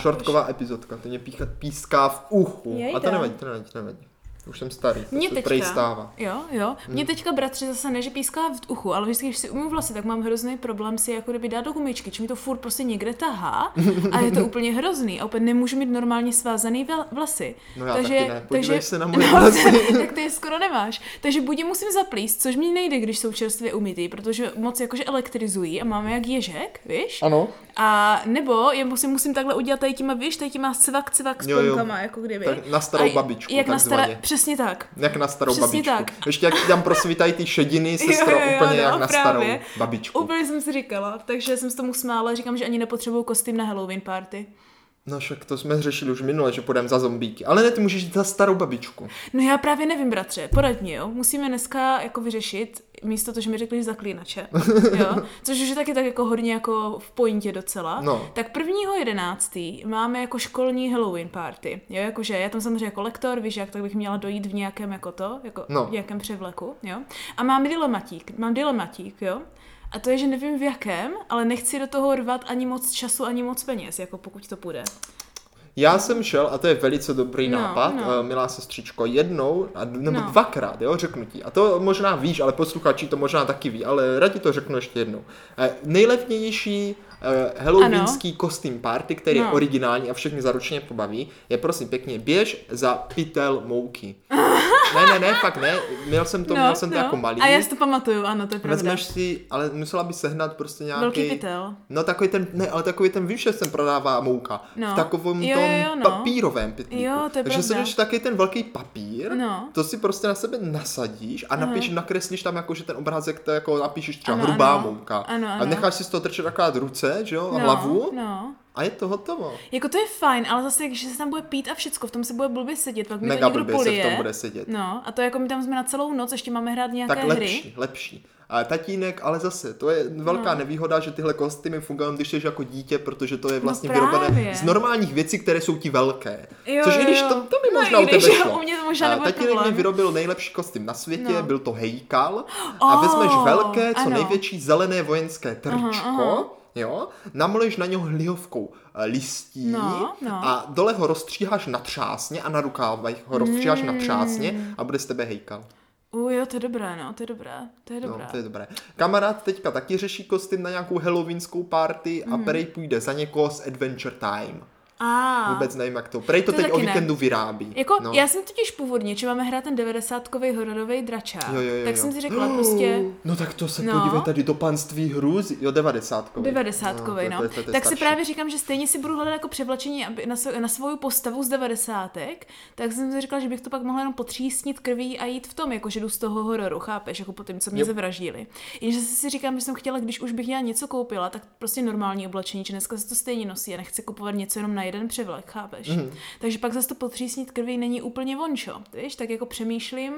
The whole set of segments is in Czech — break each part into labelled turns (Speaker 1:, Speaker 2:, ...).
Speaker 1: Šortková epizodka, to mě píchat píská v uchu.
Speaker 2: Jejda.
Speaker 1: A to nevadí, to nevadí, to nevadí. Už jsem starý, to
Speaker 2: Mě
Speaker 1: se
Speaker 2: teďka-
Speaker 1: Prostě prej stává. Hmm.
Speaker 3: Jo, jo. Mě teďka bratři zase ne, že píská v uchu, ale vždycky, když si umím vlasy, tak mám hrozný problém si jako kdyby dát do gumičky, čím to furt prostě někde tahá a je to úplně hrozný. A úplně nemůžu mít normálně svázaný vel- vlasy.
Speaker 1: No já taky ne. Podívej se na moje
Speaker 3: No,
Speaker 1: vlasy.
Speaker 3: tak ty je skoro nemáš. Takže buď je musím zaplíst, což mi nejde, když jsou čerstvě umytý, protože moc jakože elektrizují a máme jak ježek, víš?
Speaker 1: Ano,
Speaker 3: A nebo je musím, musím takhle udělat tady těma, víš, tady těma cvak, cvak s
Speaker 1: Jo, jo.
Speaker 3: plnkama, jako kdyby.
Speaker 1: Tak na starou
Speaker 3: A j-
Speaker 1: babičku,
Speaker 3: Jak na stará,
Speaker 1: takzvaně.
Speaker 3: přesně tak.
Speaker 1: jak na starou
Speaker 3: Přesně
Speaker 1: babičku.
Speaker 3: tak.
Speaker 1: Ještě jak ti tam prosvítají ty šediny, sestro,
Speaker 3: jo, jo,
Speaker 1: úplně
Speaker 3: no,
Speaker 1: jak na starou
Speaker 3: právě.
Speaker 1: babičku.
Speaker 3: Úplně jsem si říkala, takže jsem se tomu smála, říkám, že ani nepotřebuju kostým na Halloween party.
Speaker 1: No však to jsme řešili už minule, že půjdeme za zombíky. Ale ne, ty můžeš jít za starou babičku.
Speaker 3: No já právě nevím, bratře, poraď mě, jo. Musíme dneska jako vyřešit, místo to, že mi řekli zaklínače, jo. Což už je taky tak jako hodně jako v pointě docela.
Speaker 1: No.
Speaker 3: Tak prvního jedenáctý máme jako školní Halloween party, jo. Jakože já tam samozřejmě jako lektor, víš jak, tak bych měla dojít v nějakém jako to, jako
Speaker 1: No.
Speaker 3: v nějakém převleku, jo. A mám dilematík, mám dilematík, jo. A to je, že nevím v jakém, ale nechci do toho rvat ani moc času, ani moc peněz, jako pokud to půjde.
Speaker 1: Já jsem šel, a to je velice dobrý
Speaker 3: No,
Speaker 1: nápad,
Speaker 3: no.
Speaker 1: eh, milá sestřičko, jednou a, d- nebo
Speaker 3: No.
Speaker 1: dvakrát, jo, řeknu ti. A to možná víš, ale posluchači to možná taky ví, ale radši to řeknu ještě jednou. Eh, Nejlevnější eh, halloweenský kostým party, který je
Speaker 3: No.
Speaker 1: originální a všechny zaručeně pobaví, je prosím pěkně, běž za pytel mouky. ne, ne, ne, fakt ne, měl jsem to, měl jsem to jako malý.
Speaker 3: No, A já si to pamatuju, ano, to je pravda.
Speaker 1: Vezmeš si, ale musela by sehnat prostě nějaký...
Speaker 3: Velký pytel.
Speaker 1: No takový ten, ne, ale takový ten, víš, že se prodává mouka. No.
Speaker 3: No.
Speaker 1: V takovém
Speaker 3: Jo,
Speaker 1: tom
Speaker 3: jo, jo, no.
Speaker 1: papírovém pytlíku.
Speaker 3: Jo, to je
Speaker 1: Takže si
Speaker 3: pravda.
Speaker 1: dáš taky ten velký papír,
Speaker 3: No.
Speaker 1: to si prostě na sebe nasadíš a napíš, nakreslíš tam jako, že ten obrázek, to jako napíšeš třeba
Speaker 3: Ano,
Speaker 1: hrubá
Speaker 3: ano.
Speaker 1: mouka.
Speaker 3: Ano,
Speaker 1: A
Speaker 3: ano.
Speaker 1: necháš si z toho trčet akorát ruce, že jo, a hlavu
Speaker 3: No.
Speaker 1: a je to hotovo.
Speaker 3: Jako to je fajn, ale zase, když se tam bude pít a všecko, v tom se bude blbě sedět, pak mi
Speaker 1: Mega
Speaker 3: to někdo
Speaker 1: blbě se v
Speaker 3: polije.
Speaker 1: tom bude sedět.
Speaker 3: No, a to jako my tam jsme na celou noc, ještě máme hrát nějaké
Speaker 1: Tak
Speaker 3: hry.
Speaker 1: lepší, lepší. A tatínek, ale zase, to je velká no. nevýhoda, že tyhle kostýmy fungují, když jsi jako dítě, protože to je vlastně vyrobené
Speaker 3: No právě.
Speaker 1: z normálních věcí, které jsou ti velké.
Speaker 3: Jo,
Speaker 1: Což i když
Speaker 3: jo.
Speaker 1: to, to mi
Speaker 3: No,
Speaker 1: možná
Speaker 3: i
Speaker 1: u tebe
Speaker 3: když, jo,
Speaker 1: šlo.
Speaker 3: u mě to možná
Speaker 1: A
Speaker 3: nebude
Speaker 1: tatínek mi
Speaker 3: problém.
Speaker 1: vyrobil nejlepší kostým na světě, no.
Speaker 3: No.
Speaker 1: byl to hejkal. A vezmeš
Speaker 3: Oh,
Speaker 1: velké, co
Speaker 3: ano.
Speaker 1: největší zelené vojenské trčko.
Speaker 3: aha.
Speaker 1: Jo, namleješ na něho hlihovkou eh, listí
Speaker 3: No, no.
Speaker 1: a dole ho rozstříháš na třásně a na rukávech ho rozstříháš na
Speaker 3: Hmm.
Speaker 1: třásně a bude z tebe hejkal.
Speaker 3: U, jo, to je dobré, no, to je dobré, to je dobré.
Speaker 1: No, to je dobré. Kamarád teďka taky řeší kostým na nějakou halloweenskou party
Speaker 3: Mhm.
Speaker 1: a Prej půjde za někoho z Adventure Time.
Speaker 3: A,
Speaker 1: Vůbec nevím, jak to. Prej to,
Speaker 3: To
Speaker 1: teď o
Speaker 3: taky ne.
Speaker 1: víkendu vyrábí.
Speaker 3: Jako,
Speaker 1: no.
Speaker 3: no. já jsem totiž původně, že máme hrát ten 90-kový hororový dračák,
Speaker 1: Jo, jo, jo,
Speaker 3: tak
Speaker 1: jo.
Speaker 3: jsem si řekla prostě,
Speaker 1: No tak to se
Speaker 3: No.
Speaker 1: podívej tady do panství hrůz. Jo, 90.
Speaker 3: 90 no.
Speaker 1: to je
Speaker 3: Tak si
Speaker 1: starší.
Speaker 3: právě říkám, že stejně si budu hledat jako převlečení aby na, svou, na svou postavu z 90. Tak jsem si říkala, že bych to pak mohla jenom potřísnit krví a jít v tom, jako že jdu z toho hororu, chápeš, jako po tom, co mě
Speaker 1: Jo.
Speaker 3: zavraždili. Jenže si říkám, že jsem chtěla, když už bych já něco koupila, tak prostě normální oblečení, že dneska se to stejně nosí a nechci kupovat něco jenom na jeden převlek, chápeš.
Speaker 1: Mhm.
Speaker 3: Takže pak zase to potřísnit krví není úplně vončo, víš, tak jako přemýšlím.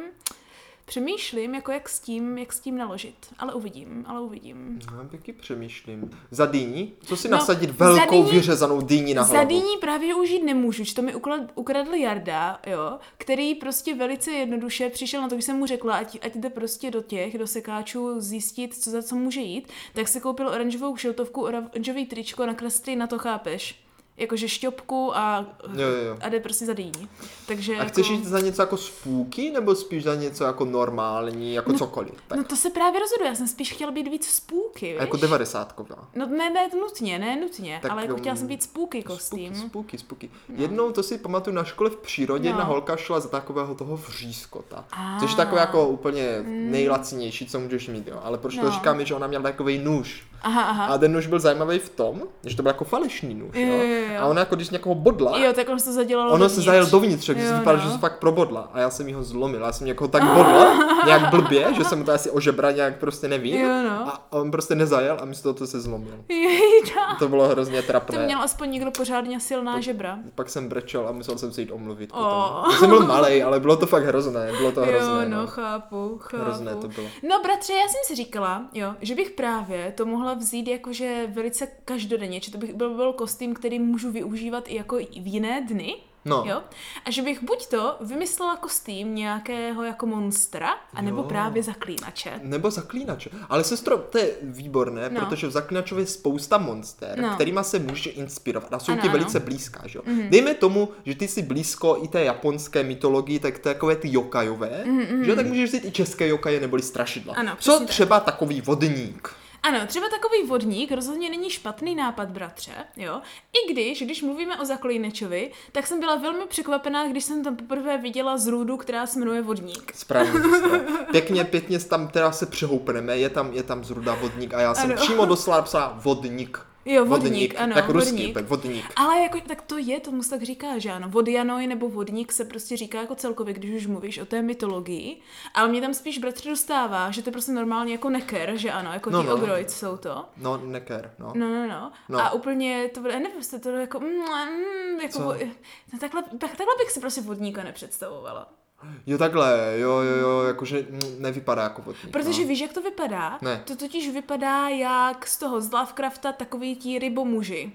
Speaker 3: Přemýšlím, jako jak s tím, jak s tím naložit. Ale uvidím, ale uvidím.
Speaker 1: No, taky přemýšlím. Za dýní? Co si
Speaker 3: No,
Speaker 1: nasadit
Speaker 3: za
Speaker 1: velkou
Speaker 3: dýní-
Speaker 1: vyřezanou dýní na hlavu?
Speaker 3: Za dyní právě už jít nemůžu, že to mi ukla- ukradl Jarda, jo, který prostě velice jednoduše přišel na to, když jsem mu řekla, ať, ať jde prostě do těch, do sekáčů zjistit, co za co může jít, tak si koupil oranžovou šiltovku, oranžový tričko, nakreslí na to, chápeš? Jakože šťopku a,
Speaker 1: Jo, jo, jo.
Speaker 3: a jde prostě za dyní. Takže
Speaker 1: A chceš jít za něco jako spooky, nebo spíš za něco jako normální, jako cokoliv? Tak,
Speaker 3: No to se právě rozhoduje, já jsem spíš chtěla být víc spůky, víš?
Speaker 1: jako 90.
Speaker 3: No ne, ne, nutně, ne, nutně,
Speaker 1: Tak,
Speaker 3: ale jako
Speaker 1: um,
Speaker 3: chtěla jsem být spůky kostým.
Speaker 1: Spooky, spooky, spooky. No. Jednou to si pamatuju na škole v přírodě, no.
Speaker 3: No. Ah.
Speaker 1: jedna holka šla za takového toho vřízkota.
Speaker 3: A.
Speaker 1: Což je takové jako úplně nejlacinější, co můžeš mít, jo. Ale proč no. to
Speaker 3: Hmm. No.
Speaker 1: říkám, je, že ona měla takový nůž.
Speaker 3: Aha, aha.
Speaker 1: A ten nůž byl zajímavý v tom, že to byl jako falešný nůž, jo.
Speaker 3: Jo, jo, jo.
Speaker 1: A ona jako když někoho bodla,
Speaker 3: Jo, tak ono se to zadělalo
Speaker 1: Ono se
Speaker 3: dovnitř.
Speaker 1: zajel dovnitř, takže
Speaker 3: Jo,
Speaker 1: jsem vypadal,
Speaker 3: no.
Speaker 1: že se fakt probodla. A já jsem jí ho zlomil, já jsem někoho tak bodla, nějak blbě, že jsem to asi ožebra nějak prostě nevím.
Speaker 3: Jo, no.
Speaker 1: A on prostě nezajel a místo toho se zlomil.
Speaker 3: Jejda.
Speaker 1: To bylo hrozně
Speaker 3: To
Speaker 1: trapné.
Speaker 3: měl aspoň někdo pořádně silná žebra.
Speaker 1: Pak jsem brečel a musel jsem se jít omluvit
Speaker 3: O.
Speaker 1: potom. Já jsem byl malý, ale bylo to fakt hrozné, bylo to hrozné.
Speaker 3: jo,
Speaker 1: no.
Speaker 3: no, chápu, chápu.
Speaker 1: Hrozné to bylo.
Speaker 3: No, bratře, já jsem si říkala, jo, že bych právě to mohla vzít jakože velice každodenně, že to bych byl, byl kostým, který můžu využívat i jako i v jiné dny.
Speaker 1: No.
Speaker 3: Jo? A že bych buď to vymyslela kostým nějakého jako monstra, anebo
Speaker 1: Jo.
Speaker 3: jo. právě zaklínače.
Speaker 1: Nebo zaklínače. Ale sestro, to je výborné, no.
Speaker 3: No.
Speaker 1: protože v zaklínačově je spousta monster, no.
Speaker 3: No.
Speaker 1: kterýma se může inspirovat a jsou
Speaker 3: Ano,
Speaker 1: ti
Speaker 3: ano. Mhm.
Speaker 1: velice blízká. Že? jo? Dejme tomu, že ty jsi blízko i té japonské mytologii, tak takové ty jokajové, že jo? tak můžeš vzít i české jokaje neboli strašidla.
Speaker 3: Mhm, Ano,
Speaker 1: Co
Speaker 3: přesně tak.
Speaker 1: třeba takový vodník?
Speaker 3: Ano, třeba takový vodník rozhodně není špatný nápad, bratře, jo. I když, když mluvíme o zaklínečovi, tak jsem byla velmi překvapená, když jsem tam poprvé viděla zrůdu, která se jmenuje vodník.
Speaker 1: Správně. sestro. Pěkně, pěkně se tam teda se přehoupneme, je tam, je tam zruda vodník a já jsem ano.
Speaker 3: Ano.
Speaker 1: přímo doslova psala vodník.
Speaker 3: Jo, vodník, ano,
Speaker 1: Tak ruský,
Speaker 3: vodník.
Speaker 1: tak vodník.
Speaker 3: Ale jako, tak to je, tomu se tak říká, že ano. Vodjanoj nebo vodník se prostě říká jako celkově, když už mluvíš o té mytologii. Ale mě tam spíš bratře dostává, že to je prostě normálně jako neker, že ano, jako
Speaker 1: No,
Speaker 3: no, ti
Speaker 1: no.
Speaker 3: no. ogrojc jsou to.
Speaker 1: No, neker, no.
Speaker 3: No, no, no,
Speaker 1: No.
Speaker 3: no. A úplně to bude, ne, prostě to bylo jako, mm, mm, jako
Speaker 1: Co?
Speaker 3: no, takhle, tak, takhle bych si prostě vodníka nepředstavovala.
Speaker 1: Jo, takhle, jo, jo, jo, jakože mm, nevypadá jako vodník.
Speaker 3: Protože
Speaker 1: no.
Speaker 3: víš, jak to vypadá?
Speaker 1: Ne.
Speaker 3: To totiž vypadá jak z toho z Lovecrafta takový ti rybomuži.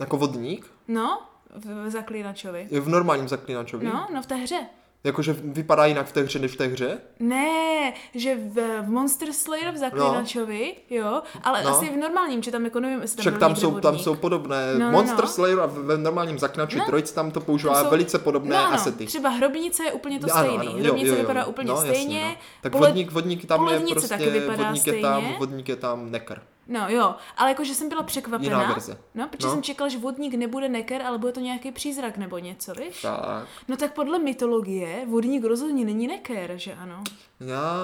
Speaker 1: Jako vodník?
Speaker 3: No, v, v Zaklínačovi.
Speaker 1: Je v normálním zaklínačovi?
Speaker 3: No, no v té hře.
Speaker 1: Jakože vypadá jinak v té hře, než v té hře?
Speaker 3: Ne, že v, v Monster Slayer v Zaklínačovi, no. jo, ale
Speaker 1: No.
Speaker 3: no. asi v normálním, že tam jako nevím, jestli tam
Speaker 1: Však
Speaker 3: byl
Speaker 1: tam
Speaker 3: někde
Speaker 1: jsou, tam
Speaker 3: vodník.
Speaker 1: jsou podobné.
Speaker 3: No, no,
Speaker 1: Monster
Speaker 3: no.
Speaker 1: Slayer a v- ve normálním zaklínači no.
Speaker 3: No.
Speaker 1: trojic tam to používá
Speaker 3: Tam jsou-
Speaker 1: velice podobné
Speaker 3: no, ano,
Speaker 1: asety.
Speaker 3: Třeba hrobnice je úplně to
Speaker 1: Ano,
Speaker 3: stejný.
Speaker 1: ano, jo,
Speaker 3: hrobnice
Speaker 1: jo, jo.
Speaker 3: vypadá úplně
Speaker 1: no,
Speaker 3: stejně.
Speaker 1: Jasně, no. Tak
Speaker 3: pole-
Speaker 1: vodník, vodník tam je
Speaker 3: polednice
Speaker 1: prostě,
Speaker 3: taky vypadá
Speaker 1: vodník je tam,
Speaker 3: stejně.
Speaker 1: vodník je tam neker.
Speaker 3: No jo, ale jakože jsem byla překvapená.
Speaker 1: Jiná verze.
Speaker 3: No, protože
Speaker 1: No.
Speaker 3: jsem čekala, že vodník nebude neker, ale bude to nějaký přízrak nebo něco, víš?
Speaker 1: Tak.
Speaker 3: No tak podle mytologie vodník rozhodně není neker, že ano?
Speaker 1: Já,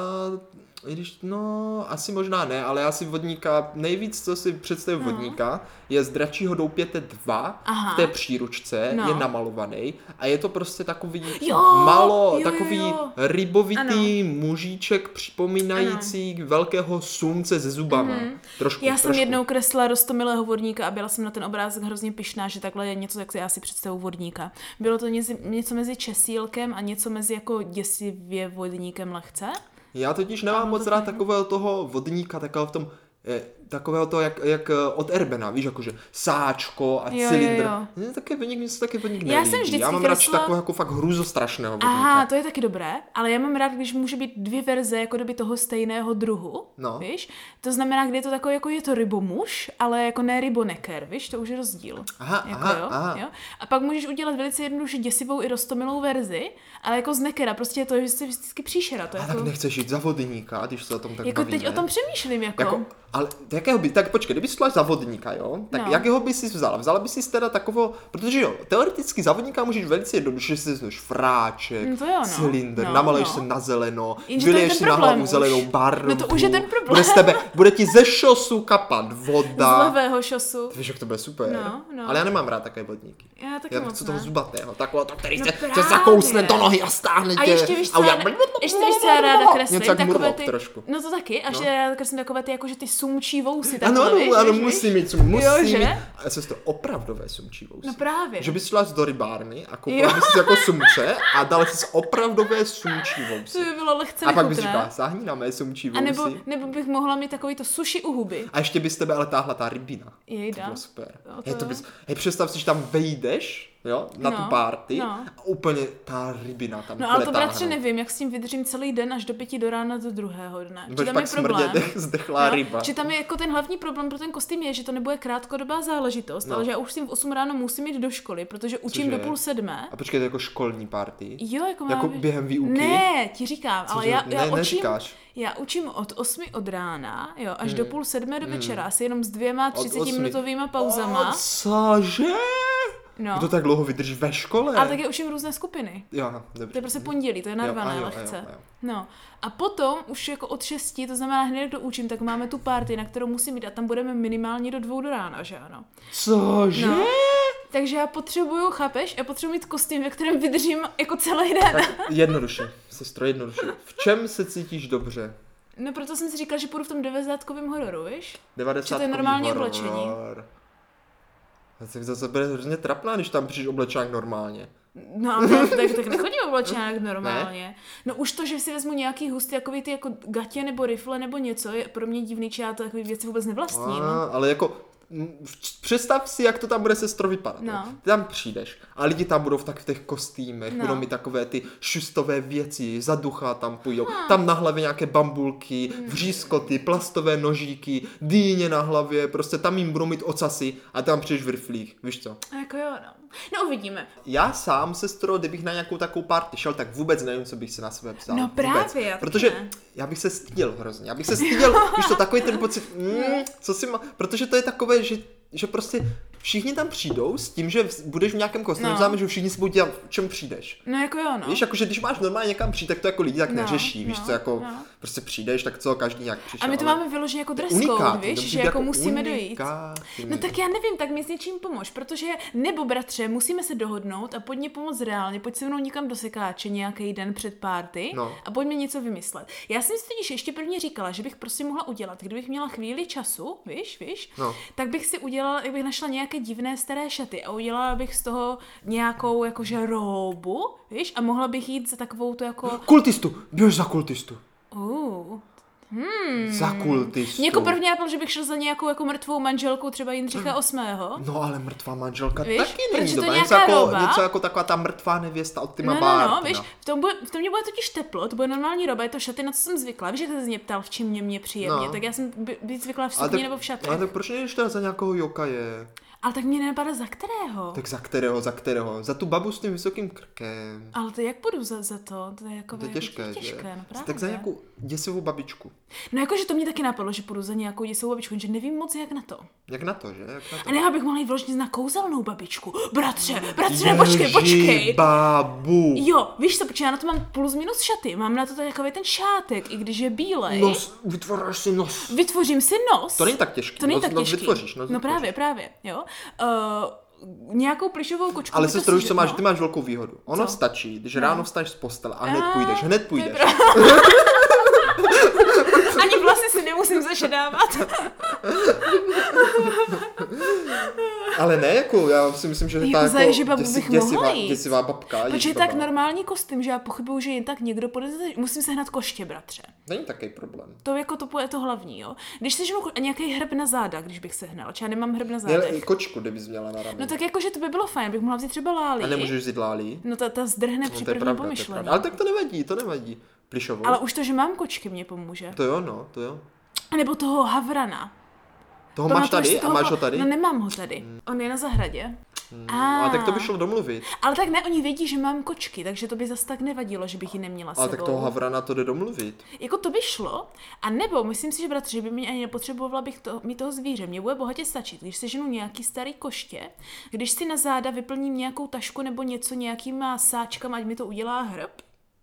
Speaker 1: i když, no, asi možná ne, ale já si vodníka, nejvíc, co si představu vodníka, je z dračího doupěte 2
Speaker 3: No. Aha.
Speaker 1: v té příručce,
Speaker 3: No.
Speaker 1: je namalovaný a je to prostě takový
Speaker 3: Jo,
Speaker 1: malo,
Speaker 3: jo,
Speaker 1: takový
Speaker 3: jo.
Speaker 1: rybovitý mužíček připomínající velkého slunce se zubama. Trošku,
Speaker 3: Mhm. Já jsem
Speaker 1: trošku.
Speaker 3: jednou kresla rostomilého vodníka a byla jsem na ten obrázek hrozně pišná, že takhle je něco, jak si já si představu vodníka. Bylo to něco, něco mezi česílkem a něco mezi jako děsivě vodníkem lehce.
Speaker 1: Já totiž nemám moc rád takového toho vodníka, takového v tom eh, takového toho, jak, jak eh, od Erbena, víš, jakože sáčko a
Speaker 3: Jo, jo,
Speaker 1: cylindr.
Speaker 3: jo.
Speaker 1: Ne, Také vodník, mě se také vodník
Speaker 3: Já jsem
Speaker 1: nelíbí.
Speaker 3: vždycky
Speaker 1: Já mám radši
Speaker 3: kresla-
Speaker 1: takového jako fakt hrůzostrašného vodníka.
Speaker 3: Aha, to je taky dobré, ale já mám rád, když může být dvě verze jako doby toho stejného druhu,
Speaker 1: No.
Speaker 3: víš? To znamená, kdy je to takový, jako je to rybomuž, ale jako ne ryboneker, víš? To už je rozdíl.
Speaker 1: Aha,
Speaker 3: jako,
Speaker 1: aha,
Speaker 3: jo?
Speaker 1: aha.
Speaker 3: Jo? A pak můžeš udělat velice jednoduše děsivou i rostomilou verzi, ale jako z nekera, prostě je to že jsi vždycky příšera. To
Speaker 1: A
Speaker 3: jako,
Speaker 1: tak nechceš jít za vodníka, když se o tom tak
Speaker 3: jako
Speaker 1: bavíme.
Speaker 3: teď o tom přemýšlím, jako.
Speaker 1: Jako, ale jakého by, tak počkej, kdyby jsi šla za vodníka, jo, tak no.
Speaker 3: No.
Speaker 1: jakého by si vzala? Vzala by si teda takového, protože jo, teoreticky za vodníka můžeš velice jednoduše, že si vezmeš fráček,
Speaker 3: No to jo, no.
Speaker 1: cylindr,
Speaker 3: No,
Speaker 1: namaluješ
Speaker 3: no.
Speaker 1: se na zeleno,
Speaker 3: Jenže to je
Speaker 1: vyliješ
Speaker 3: ten
Speaker 1: si na
Speaker 3: problém
Speaker 1: hlavu
Speaker 3: už.
Speaker 1: zelenou barvu.
Speaker 3: No to už je ten problém.
Speaker 1: Bude, z tebe, bude ti ze šosu kapat voda.
Speaker 3: Z levého šosu.
Speaker 1: Víš, jak to bude super.
Speaker 3: No, no.
Speaker 1: Ale já nemám rád také vodníky.
Speaker 3: Já taky
Speaker 1: Já
Speaker 3: moc
Speaker 1: chci toho
Speaker 3: ne.
Speaker 1: zubatého, takového, to, který
Speaker 3: No
Speaker 1: se, se
Speaker 3: právě.
Speaker 1: zakousne do nohy a stáhne
Speaker 3: A
Speaker 1: tě.
Speaker 3: ještě víš, co, já,
Speaker 1: udělá-
Speaker 3: ne- ještě víš, co já ráda kreslím,
Speaker 1: Něco jak
Speaker 3: takové
Speaker 1: Murloc
Speaker 3: ty,
Speaker 1: trošku.
Speaker 3: no to taky, a
Speaker 1: No.
Speaker 3: že já kreslím takové ty, jakože ty sumčí vousy,
Speaker 1: Ano,
Speaker 3: takhle,
Speaker 1: ano,
Speaker 3: víš,
Speaker 1: ano,
Speaker 3: víš,
Speaker 1: musí
Speaker 3: víš?
Speaker 1: mít, sum- musí
Speaker 3: Jo,
Speaker 1: mít.
Speaker 3: že?
Speaker 1: A sestro, opravdové sumčí vousy.
Speaker 3: No právě.
Speaker 1: Že bys šla do rybárny a
Speaker 3: Jo.
Speaker 1: koupila bys si jako sumce a dala si opravdové sumčí
Speaker 3: To
Speaker 1: vousy.
Speaker 3: by bylo lehce
Speaker 1: A pak bys
Speaker 3: nechutné.
Speaker 1: říkala, sáhni na mé sumčí
Speaker 3: A
Speaker 1: vousy.
Speaker 3: nebo, nebo bych mohla mít takový to sushi u huby.
Speaker 1: A ještě bys tebe ale táhla ta rybina. To
Speaker 3: Jejda.
Speaker 1: bylo super.
Speaker 3: Jo, to
Speaker 1: hej, to
Speaker 3: jo.
Speaker 1: bys, hej, představ si, že tam vejdeš, jo, na tu
Speaker 3: No,
Speaker 1: party
Speaker 3: no.
Speaker 1: a úplně ta rybina tam
Speaker 3: No ale to
Speaker 1: bude
Speaker 3: bratře
Speaker 1: táhnout.
Speaker 3: nevím, jak s tím vydržím celý den až do pěti do rána do druhého dne. Či
Speaker 1: Budeš
Speaker 3: tam je
Speaker 1: pak smrdě
Speaker 3: problém.
Speaker 1: zdechlá
Speaker 3: Jo,
Speaker 1: ryba.
Speaker 3: Že tam je jako ten hlavní problém pro ten kostým je, že to nebude krátkodobá záležitost,
Speaker 1: No.
Speaker 3: ale že já už s tím v 8 ráno musím jít do školy, protože učím
Speaker 1: Cože?
Speaker 3: do půl sedmé.
Speaker 1: A počkej, to je jako školní party.
Speaker 3: Jo, jako mám...
Speaker 1: Jako během výuky?
Speaker 3: Ne, ti říkám, ale
Speaker 1: Cože?
Speaker 3: já, já,
Speaker 1: Ne,
Speaker 3: učím,
Speaker 1: neříkáš.
Speaker 3: já učím od 8 od rána, jo, až do půl sedmé do večera, asi jenom s dvěma
Speaker 1: Hmm. Od
Speaker 3: 30
Speaker 1: osmi.
Speaker 3: minutovýma pauzama.
Speaker 1: O, cože?
Speaker 3: No.
Speaker 1: Kdo tak dlouho vydrží ve škole?
Speaker 3: Ale tak já učím různé skupiny.
Speaker 1: Jo, no,
Speaker 3: To
Speaker 1: dobře.
Speaker 3: je prostě pondělí, to je
Speaker 1: a
Speaker 3: narvané
Speaker 1: Mhm. jo, a jo,
Speaker 3: lehce.
Speaker 1: a jo.
Speaker 3: No. A potom už jako od 6, to znamená hned do učím, tak máme tu party, na kterou musím jít a tam budeme minimálně do dvou do rána, že ano.
Speaker 1: Cože?
Speaker 3: No. Takže já potřebuju, chápeš, já potřebuji mít kostým, ve kterém vydržím jako celý den.
Speaker 1: Jednoduše, sestro, jednoduše. V čem se cítíš dobře?
Speaker 3: No proto jsem si říkala, že půjdu v tom devazátkovém hororu, víš?
Speaker 1: 90
Speaker 3: normální
Speaker 1: horor.
Speaker 3: oblečení?
Speaker 1: A tak zase bude hrozně trapná, když tam přijdeš oblečák normálně.
Speaker 3: No ale tak, tak, tak nechodím oblečená jak normálně. Ne? No už to, že si vezmu nějaký husty, jako ty jako gatě nebo rifle nebo něco, je pro mě divný, či já to takový věci vůbec nevlastním.
Speaker 1: A, ale jako v- představ si, jak to tam bude sestro vypadat.
Speaker 3: No.
Speaker 1: Ty tam přijdeš a lidi tam budou v, tak v těch kostýmech,
Speaker 3: No.
Speaker 1: budou mít takové ty šustové věci, za ducha tam půjdou,
Speaker 3: Hm.
Speaker 1: tam na hlavě nějaké bambulky, vřískoty, plastové nožíky, dýně na hlavě, prostě tam jim budou mít ocasy a tam přijdeš v riflích, víš co?
Speaker 3: A jako jo, no. No uvidíme.
Speaker 1: Já sám, sestro, kdybych na nějakou takovou party šel, tak vůbec nevím, co bych se na sebe psal.
Speaker 3: No
Speaker 1: vůbec.
Speaker 3: právě, já taky
Speaker 1: Protože
Speaker 3: ne.
Speaker 1: já bych se styděl hrozně. Já bych se styděl, víš to, takový ten pocit, mm, co si ma... Protože to je takové, že, že prostě všichni tam přijdou s tím, že v- budeš v nějakém kostýmu,
Speaker 3: No.
Speaker 1: no. znamená, že všichni si budou dělat, v čem přijdeš.
Speaker 3: No jako jo, no.
Speaker 1: Víš, jakože když máš normálně někam přijít, tak to jako lidi tak
Speaker 3: No,
Speaker 1: neřeší, víš
Speaker 3: no,
Speaker 1: co, jako
Speaker 3: no.
Speaker 1: prostě přijdeš, tak co, každý nějak přišel.
Speaker 3: A my to
Speaker 1: ale
Speaker 3: máme vyloženě jako dress code,
Speaker 1: unikátní, to
Speaker 3: víš,
Speaker 1: přijde
Speaker 3: že jako musíme dojít.
Speaker 1: unikátní.
Speaker 3: No tak já nevím, tak mi s něčím pomož, protože nebo bratře, musíme se dohodnout a pojď mě pomoct reálně, pojď se mnou někam do sekáče nějaký den před párty
Speaker 1: No.
Speaker 3: a pojďme něco vymyslet. Já jsem si totiž ještě prvně říkala, že bych prostě mohla udělat, kdybych měla chvíli času, víš, víš,
Speaker 1: No.
Speaker 3: tak bych si udělala, jak bych našla nějaké divné staré šaty a udělala bych z toho nějakou jakože róbu, víš, a mohla bych jít za takovou tu jako,
Speaker 1: Kultistu, běž za kultistu.
Speaker 3: uh, Hmm.
Speaker 1: Za kultistu.
Speaker 3: Jako první nápad, že bych šel za nějakou jako mrtvou manželkou třeba Jindřicha VIII.
Speaker 1: No ale mrtvá manželka
Speaker 3: Víš,
Speaker 1: víš, taky
Speaker 3: protože
Speaker 1: není
Speaker 3: to
Speaker 1: dobrá.
Speaker 3: je
Speaker 1: Něco
Speaker 3: nějaká
Speaker 1: jako,
Speaker 3: doba.
Speaker 1: něco jako taková ta mrtvá nevěsta od Tima
Speaker 3: No, no, no,
Speaker 1: Bartna.
Speaker 3: víš, v tom, bude, v tom mě bude totiž teplo, to bude normální roba, je to šaty, na co jsem zvykla. Víš, jak se z mě ptal, v čem mě, mě příjemně, no.
Speaker 1: No.
Speaker 3: tak já jsem by, být zvykla v
Speaker 1: Ale
Speaker 3: sukni nebo v šatech.
Speaker 1: ale tak proč nejdeš teda za nějakého joka je?
Speaker 3: Ale tak mě nenapadá, za kterého.
Speaker 1: Tak za kterého, za kterého? Za tu babu s tím vysokým krkem.
Speaker 3: Ale to jak budu za, za to? To je jako
Speaker 1: To je
Speaker 3: jako
Speaker 1: těžké, že?
Speaker 3: těžké no, právě.
Speaker 1: tak za nějakou děsivou babičku.
Speaker 3: No jakože to mě taky napadlo, že půjdu za nějakou děsou babičku, že nevím moc jak na to.
Speaker 1: Jak na to, že? Jak na to?
Speaker 3: A ne, abych mohla jít vložit na kouzelnou babičku. Bratře, bratře, počkej, počkej.
Speaker 1: babu.
Speaker 3: Jo, víš co, protože já na to mám plus minus šaty, mám na to takový ten šátek, i když je bílej.
Speaker 1: Nos, vytvoráš si nos.
Speaker 3: Vytvořím si nos.
Speaker 1: To není tak těžké.
Speaker 3: To není
Speaker 1: nos,
Speaker 3: tak
Speaker 1: nos
Speaker 3: těžký.
Speaker 1: vytvoříš. Nos
Speaker 3: no
Speaker 1: vytvoříš.
Speaker 3: právě, právě, jo. Uh, nějakou plišovou kočku.
Speaker 1: Ale
Speaker 3: by to
Speaker 1: sestro, víš,
Speaker 3: si-
Speaker 1: co máš,
Speaker 3: no.
Speaker 1: ty máš velkou výhodu. Ono
Speaker 3: Co?
Speaker 1: stačí, když ráno vstaneš z postele a hned
Speaker 3: A,
Speaker 1: půjdeš,
Speaker 3: Eh, to je
Speaker 1: hned půjdeš.
Speaker 3: Ani vlasy si nemusím zašedávat.
Speaker 1: Ale ne, jako, já si myslím, že
Speaker 3: Jako
Speaker 1: ta
Speaker 3: za
Speaker 1: jako
Speaker 3: Ježíba bych mohla
Speaker 1: děsivá,
Speaker 3: jít.
Speaker 1: děsivá babka.
Speaker 3: Protože je
Speaker 1: Ježíba
Speaker 3: tak
Speaker 1: baba,
Speaker 3: normální kostým, že já pochybuju, že jen tak někdo podle... Musím sehnat koště, bratře.
Speaker 1: Není takový problém.
Speaker 3: To jako to je to hlavní, jo. Když seženu ko- a nějaký hrb na záda, když bych sehnala, či já nemám hrb na
Speaker 1: Měla i
Speaker 3: zádech.
Speaker 1: kočku, kdybys měla na ramenu.
Speaker 3: No tak jakože to by bylo fajn, bych mohla vzít třeba lálí.
Speaker 1: A nemůžeš vzít lálí?
Speaker 3: No ta, ta zdrhne při
Speaker 1: No, to je
Speaker 3: prvním
Speaker 1: pravda, to je
Speaker 3: pomyšlení.
Speaker 1: pravda. Ale tak to nevadí, to nevadí. Plišovou?
Speaker 3: Ale už to, že mám kočky, mě pomůže.
Speaker 1: To jo, no, to jo.
Speaker 3: A nebo toho havrana.
Speaker 1: Toho máš
Speaker 3: Pamatuješ si
Speaker 1: tady a
Speaker 3: toho
Speaker 1: máš
Speaker 3: ha-
Speaker 1: ho tady?
Speaker 3: No nemám ho tady. On je na zahradě. Hmm.
Speaker 1: A tak to by šlo domluvit.
Speaker 3: Ale tak ne, oni vědí, že mám kočky, takže to by zas tak nevadilo, že bych ji neměla s
Speaker 1: Ale
Speaker 3: sebou.
Speaker 1: tak toho Havrana to jde domluvit.
Speaker 3: Jako to by šlo, a nebo myslím si, že bratře, že by mě ani nepotřebovala bych to, mít toho zvíře. Mě bude bohatě stačit, když seženu nějaký starý koště, když si na záda vyplním nějakou tašku nebo něco nějakýma sáčkama, ať mi to udělá hrb.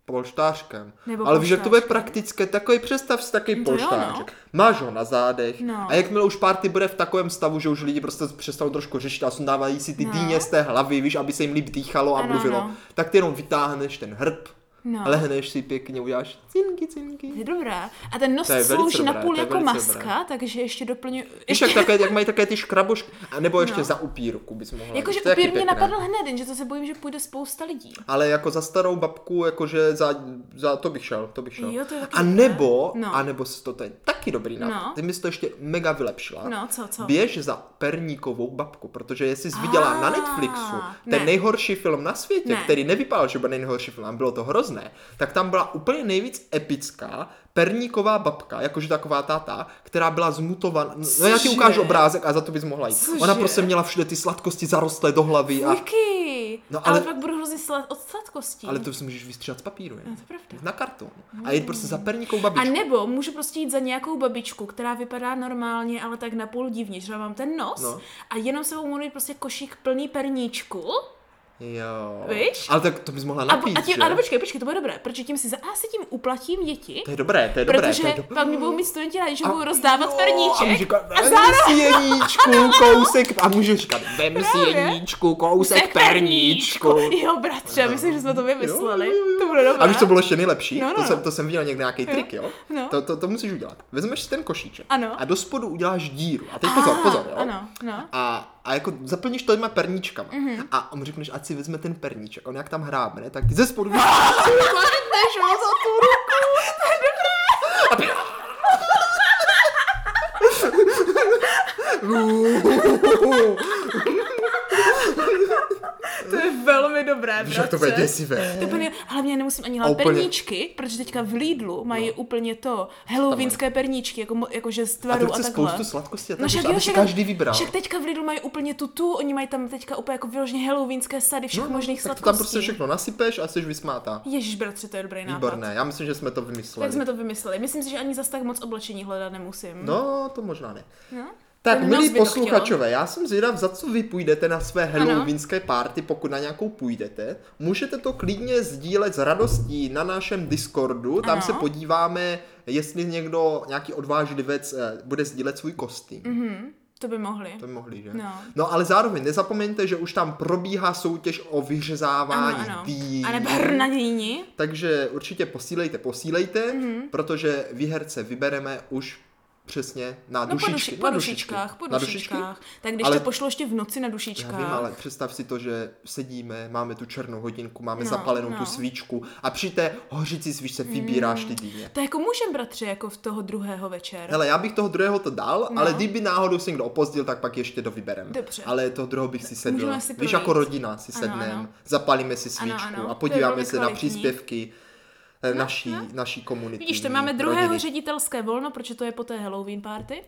Speaker 1: Polštářkem.
Speaker 3: Nebo
Speaker 1: Ale víš, jak to bude
Speaker 3: polštářkem.
Speaker 1: praktické, takový představ si takový
Speaker 3: to jo,
Speaker 1: polštářek. Máš ho na zádech
Speaker 3: No.
Speaker 1: a jakmile už party bude v takovém stavu, že už lidi prostě přestanou trošku řešit a sundávají si ty
Speaker 3: No.
Speaker 1: dýně z té hlavy, víš, aby se jim líp dýchalo a
Speaker 3: Ano,
Speaker 1: mluvilo,
Speaker 3: ano.
Speaker 1: tak ty jenom vytáhneš ten hrb,
Speaker 3: No.
Speaker 1: lehneš si pěkně, uděláš cinky, cinky.
Speaker 3: Je dobrá. A ten nos
Speaker 1: To je velice
Speaker 3: slouží
Speaker 1: dobré,
Speaker 3: na půl
Speaker 1: to je
Speaker 3: jako
Speaker 1: velice
Speaker 3: maska,
Speaker 1: dobré.
Speaker 3: takže ještě doplňuji.
Speaker 1: Víš,
Speaker 3: Ještě,
Speaker 1: jak, také, jak mají také ty škrabošky, a nebo ještě
Speaker 3: No.
Speaker 1: no. za upírku bys mohla. jít,
Speaker 3: jakože
Speaker 1: jako- to je taky
Speaker 3: upír mě
Speaker 1: pěkné.
Speaker 3: napadl hned, jenže to se bojím, že půjde spousta lidí.
Speaker 1: Ale jako za starou babku, jakože za, za to bych šel, to bych šel.
Speaker 3: Jo, to je taky
Speaker 1: a nebo,
Speaker 3: dobré. No.
Speaker 1: no. a nebo si to, to je taky dobrý nápad.
Speaker 3: No.
Speaker 1: Ty bys to ještě mega vylepšila.
Speaker 3: No, co, co?
Speaker 1: Běž za perníkovou babku, protože jestli jsi viděla
Speaker 3: Ah,
Speaker 1: na Netflixu
Speaker 3: ne.
Speaker 1: ten nejhorší film na světě,
Speaker 3: Ne.
Speaker 1: který nevypadal, že bude nejhorší film, bylo to hrozné, tak tam byla úplně nejvíc epická perníková babka, jakože taková táta, která byla zmutovaná. No já ti
Speaker 3: Cože?
Speaker 1: ukážu obrázek a za to bys mohla jít. Ona
Speaker 3: Cože?
Speaker 1: prostě měla všude ty sladkosti zarostlé do hlavy a...
Speaker 3: Fuky! No,
Speaker 1: No,
Speaker 3: ale...
Speaker 1: ale-
Speaker 3: ale pak budu hrozně slad od sladkostí.
Speaker 1: Ale to si můžeš vystřídat z papíru,
Speaker 3: No,
Speaker 1: jen.
Speaker 3: to je pravda.
Speaker 1: Na karton. A jít prostě za perníkou babičku.
Speaker 3: A nebo můžu prostě jít za nějakou babičku, která vypadá normálně, ale tak napůl divně, že mám ten nos no.
Speaker 1: No.
Speaker 3: a jenom se mu mít prostě košík plný perníčku.
Speaker 1: Jo.
Speaker 3: Víš?
Speaker 1: Ale tak to bys mohla
Speaker 3: A, po-
Speaker 1: napít,
Speaker 3: a, tím,
Speaker 1: že?
Speaker 3: a no, počkej, počkej, to bude dobré, protože tím si za A si tím uplatím děti,
Speaker 1: To je dobré, to je dobré.
Speaker 3: protože
Speaker 1: to je do...
Speaker 3: pak mi budou mít studenti rádi, že
Speaker 1: A-
Speaker 3: budou rozdávat
Speaker 1: Jo, A můžeš
Speaker 3: perníček.
Speaker 1: říkat, vem si jeníčku, kousek. A můžeš říkat, vem si
Speaker 3: Právě.
Speaker 1: jeníčku, kousek
Speaker 3: Tak perníčku.
Speaker 1: perníčku.
Speaker 3: Jo, bratře, myslím, že jsme to vymysleli.
Speaker 1: Jo, jo, jo.
Speaker 3: To bude dobré.
Speaker 1: A víš, co bylo ještě nejlepší?
Speaker 3: No, no,
Speaker 1: to,
Speaker 3: no.
Speaker 1: jsem, to jsem viděl někde nějaký trik, jo?
Speaker 3: no.
Speaker 1: To, to, to musíš udělat. Vezmeš si ten košíček
Speaker 3: Ano.
Speaker 1: a do spodu uděláš díru. A teď pozor,
Speaker 3: Aha,
Speaker 1: pozor, jo?
Speaker 3: Ano, no.
Speaker 1: A, a jako zaplníš to těma perníčkama.
Speaker 3: Mhm.
Speaker 1: Mm-hmm. A on řekneš, ať si vezme ten perníček. On jak tam hrábne, tak ty ze spodu víš,
Speaker 3: Než ho za tu ruku. Prostě. To je velmi dobré,
Speaker 1: Však to bude
Speaker 3: bratře.
Speaker 1: děsivé.
Speaker 3: To úplně, hlavně já nemusím ani
Speaker 1: A
Speaker 3: hlát
Speaker 1: úplně- No.
Speaker 3: perníčky, protože teďka v Lidlu mají úplně to halloweenské perníčky, jako, mo- jakože z
Speaker 1: A
Speaker 3: tvaru
Speaker 1: to
Speaker 3: a,
Speaker 1: chce
Speaker 3: takhle.
Speaker 1: spoustu sladkostí a
Speaker 3: No
Speaker 1: tak,
Speaker 3: však,
Speaker 1: no,
Speaker 3: jo,
Speaker 1: aby si
Speaker 3: však,
Speaker 1: každý vybral.
Speaker 3: však teďka v Lidlu mají úplně tu tu, oni mají tam teďka úplně jako vyloženě halloweenské sady všech
Speaker 1: tak
Speaker 3: možných
Speaker 1: to
Speaker 3: sladkostí.
Speaker 1: tam prostě všechno nasypeš a jsi vysmátá.
Speaker 3: Ježíš, bratře, to je dobrý nápad.
Speaker 1: Výborné, já myslím, že jsme to vymysleli.
Speaker 3: Tak jsme to vymysleli. Myslím si, že ani zas tak moc oblečení hledat nemusím.
Speaker 1: No, to možná ne.
Speaker 3: No.
Speaker 1: Tak,
Speaker 3: Ten
Speaker 1: milí
Speaker 3: nos by to
Speaker 1: posluchačové, já jsem zvědav, za co vy půjdete na své halloweenské party, pokud na nějakou půjdete. Můžete to klidně sdílet s radostí na našem Discordu, tam
Speaker 3: Ano.
Speaker 1: se podíváme, jestli někdo, nějaký odvážlivec, eh, bude sdílet svůj kostým.
Speaker 3: To by mohli.
Speaker 1: To by mohli, že?
Speaker 3: Mhm. No.
Speaker 1: no ale zároveň nezapomeňte, že už tam probíhá soutěž o vyřezávání
Speaker 3: Ano, ano.
Speaker 1: dýní.
Speaker 3: A nebo hrnadění.
Speaker 1: Takže určitě posílejte, posílejte,
Speaker 3: Mhm.
Speaker 1: mm-hmm. protože výherce vybereme už přesně na
Speaker 3: No po,
Speaker 1: dušičky.
Speaker 3: duši, po
Speaker 1: na
Speaker 3: dušičkách, po
Speaker 1: Na dušičky?
Speaker 3: dušičkách. Tak když
Speaker 1: Ale-
Speaker 3: to pošlo ještě v noci na
Speaker 1: Já
Speaker 3: dušičkách.
Speaker 1: vím, ale představ si to, že sedíme, máme tu černou hodinku, máme
Speaker 3: No,
Speaker 1: zapalenou tu
Speaker 3: no. Mm.
Speaker 1: svíčku a při té hořící svíčce vybíráš ty dýně.
Speaker 3: To jako můžem, bratře, jako v toho druhého večer.
Speaker 1: Hele, já bych toho druhého to dal, no.
Speaker 3: No.
Speaker 1: ale kdyby náhodou si někdo opozdil, tak pak ještě dovybereme.
Speaker 3: Dobře.
Speaker 1: Ale toho druhého bych si sedl.
Speaker 3: Můžeme si
Speaker 1: Víš,
Speaker 3: projít.
Speaker 1: jako rodina si
Speaker 3: Ano,
Speaker 1: sedneme,
Speaker 3: ano.
Speaker 1: zapalíme si
Speaker 3: Ano,
Speaker 1: svíčku
Speaker 3: ano.
Speaker 1: a
Speaker 3: To je
Speaker 1: podíváme
Speaker 3: velmi
Speaker 1: se na
Speaker 3: kvalitní. No,
Speaker 1: příspěvky eh, naší, naší komunity.
Speaker 3: Vidíš, to máme druhého
Speaker 1: rodiny.
Speaker 3: ředitelské volno, protože to je po té Halloween party.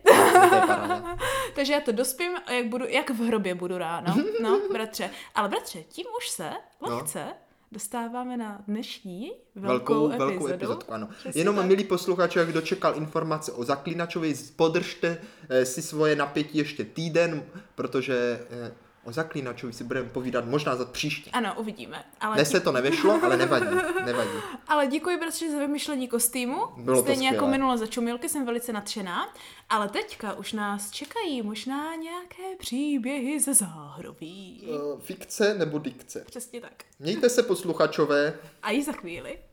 Speaker 1: To je paráda.
Speaker 3: Takže já to dospím, a jak, budu, jak v hrobě budu ráno. No, bratře. Ale bratře, tím už se
Speaker 1: No.
Speaker 3: lehce dostáváme na dnešní
Speaker 1: Velkou,
Speaker 3: velkou,
Speaker 1: velkou
Speaker 3: epizodu.
Speaker 1: epizodku, ano.
Speaker 3: Přesně
Speaker 1: Jenom,
Speaker 3: tak.
Speaker 1: milí posluchači, kdo čekal informace o Zaklínačovi, podržte eh, si svoje napětí ještě týden, protože eh, o Zaklínačovi si budeme povídat možná za příště.
Speaker 3: Ano, uvidíme. Ale,
Speaker 1: Dnes se to nevyšlo, ale nevadí, nevadí.
Speaker 3: ale děkuji bratře za vymyšlení kostýmu.
Speaker 1: Bylo to
Speaker 3: Stejně jako
Speaker 1: skvělé.
Speaker 3: minule za čumilky jsem velice nadšená. Ale teďka už nás čekají možná nějaké příběhy ze záhrobí.
Speaker 1: Eh, Fikce nebo dikce?
Speaker 3: Přesně tak.
Speaker 1: Mějte se posluchačové.
Speaker 3: A i za chvíli.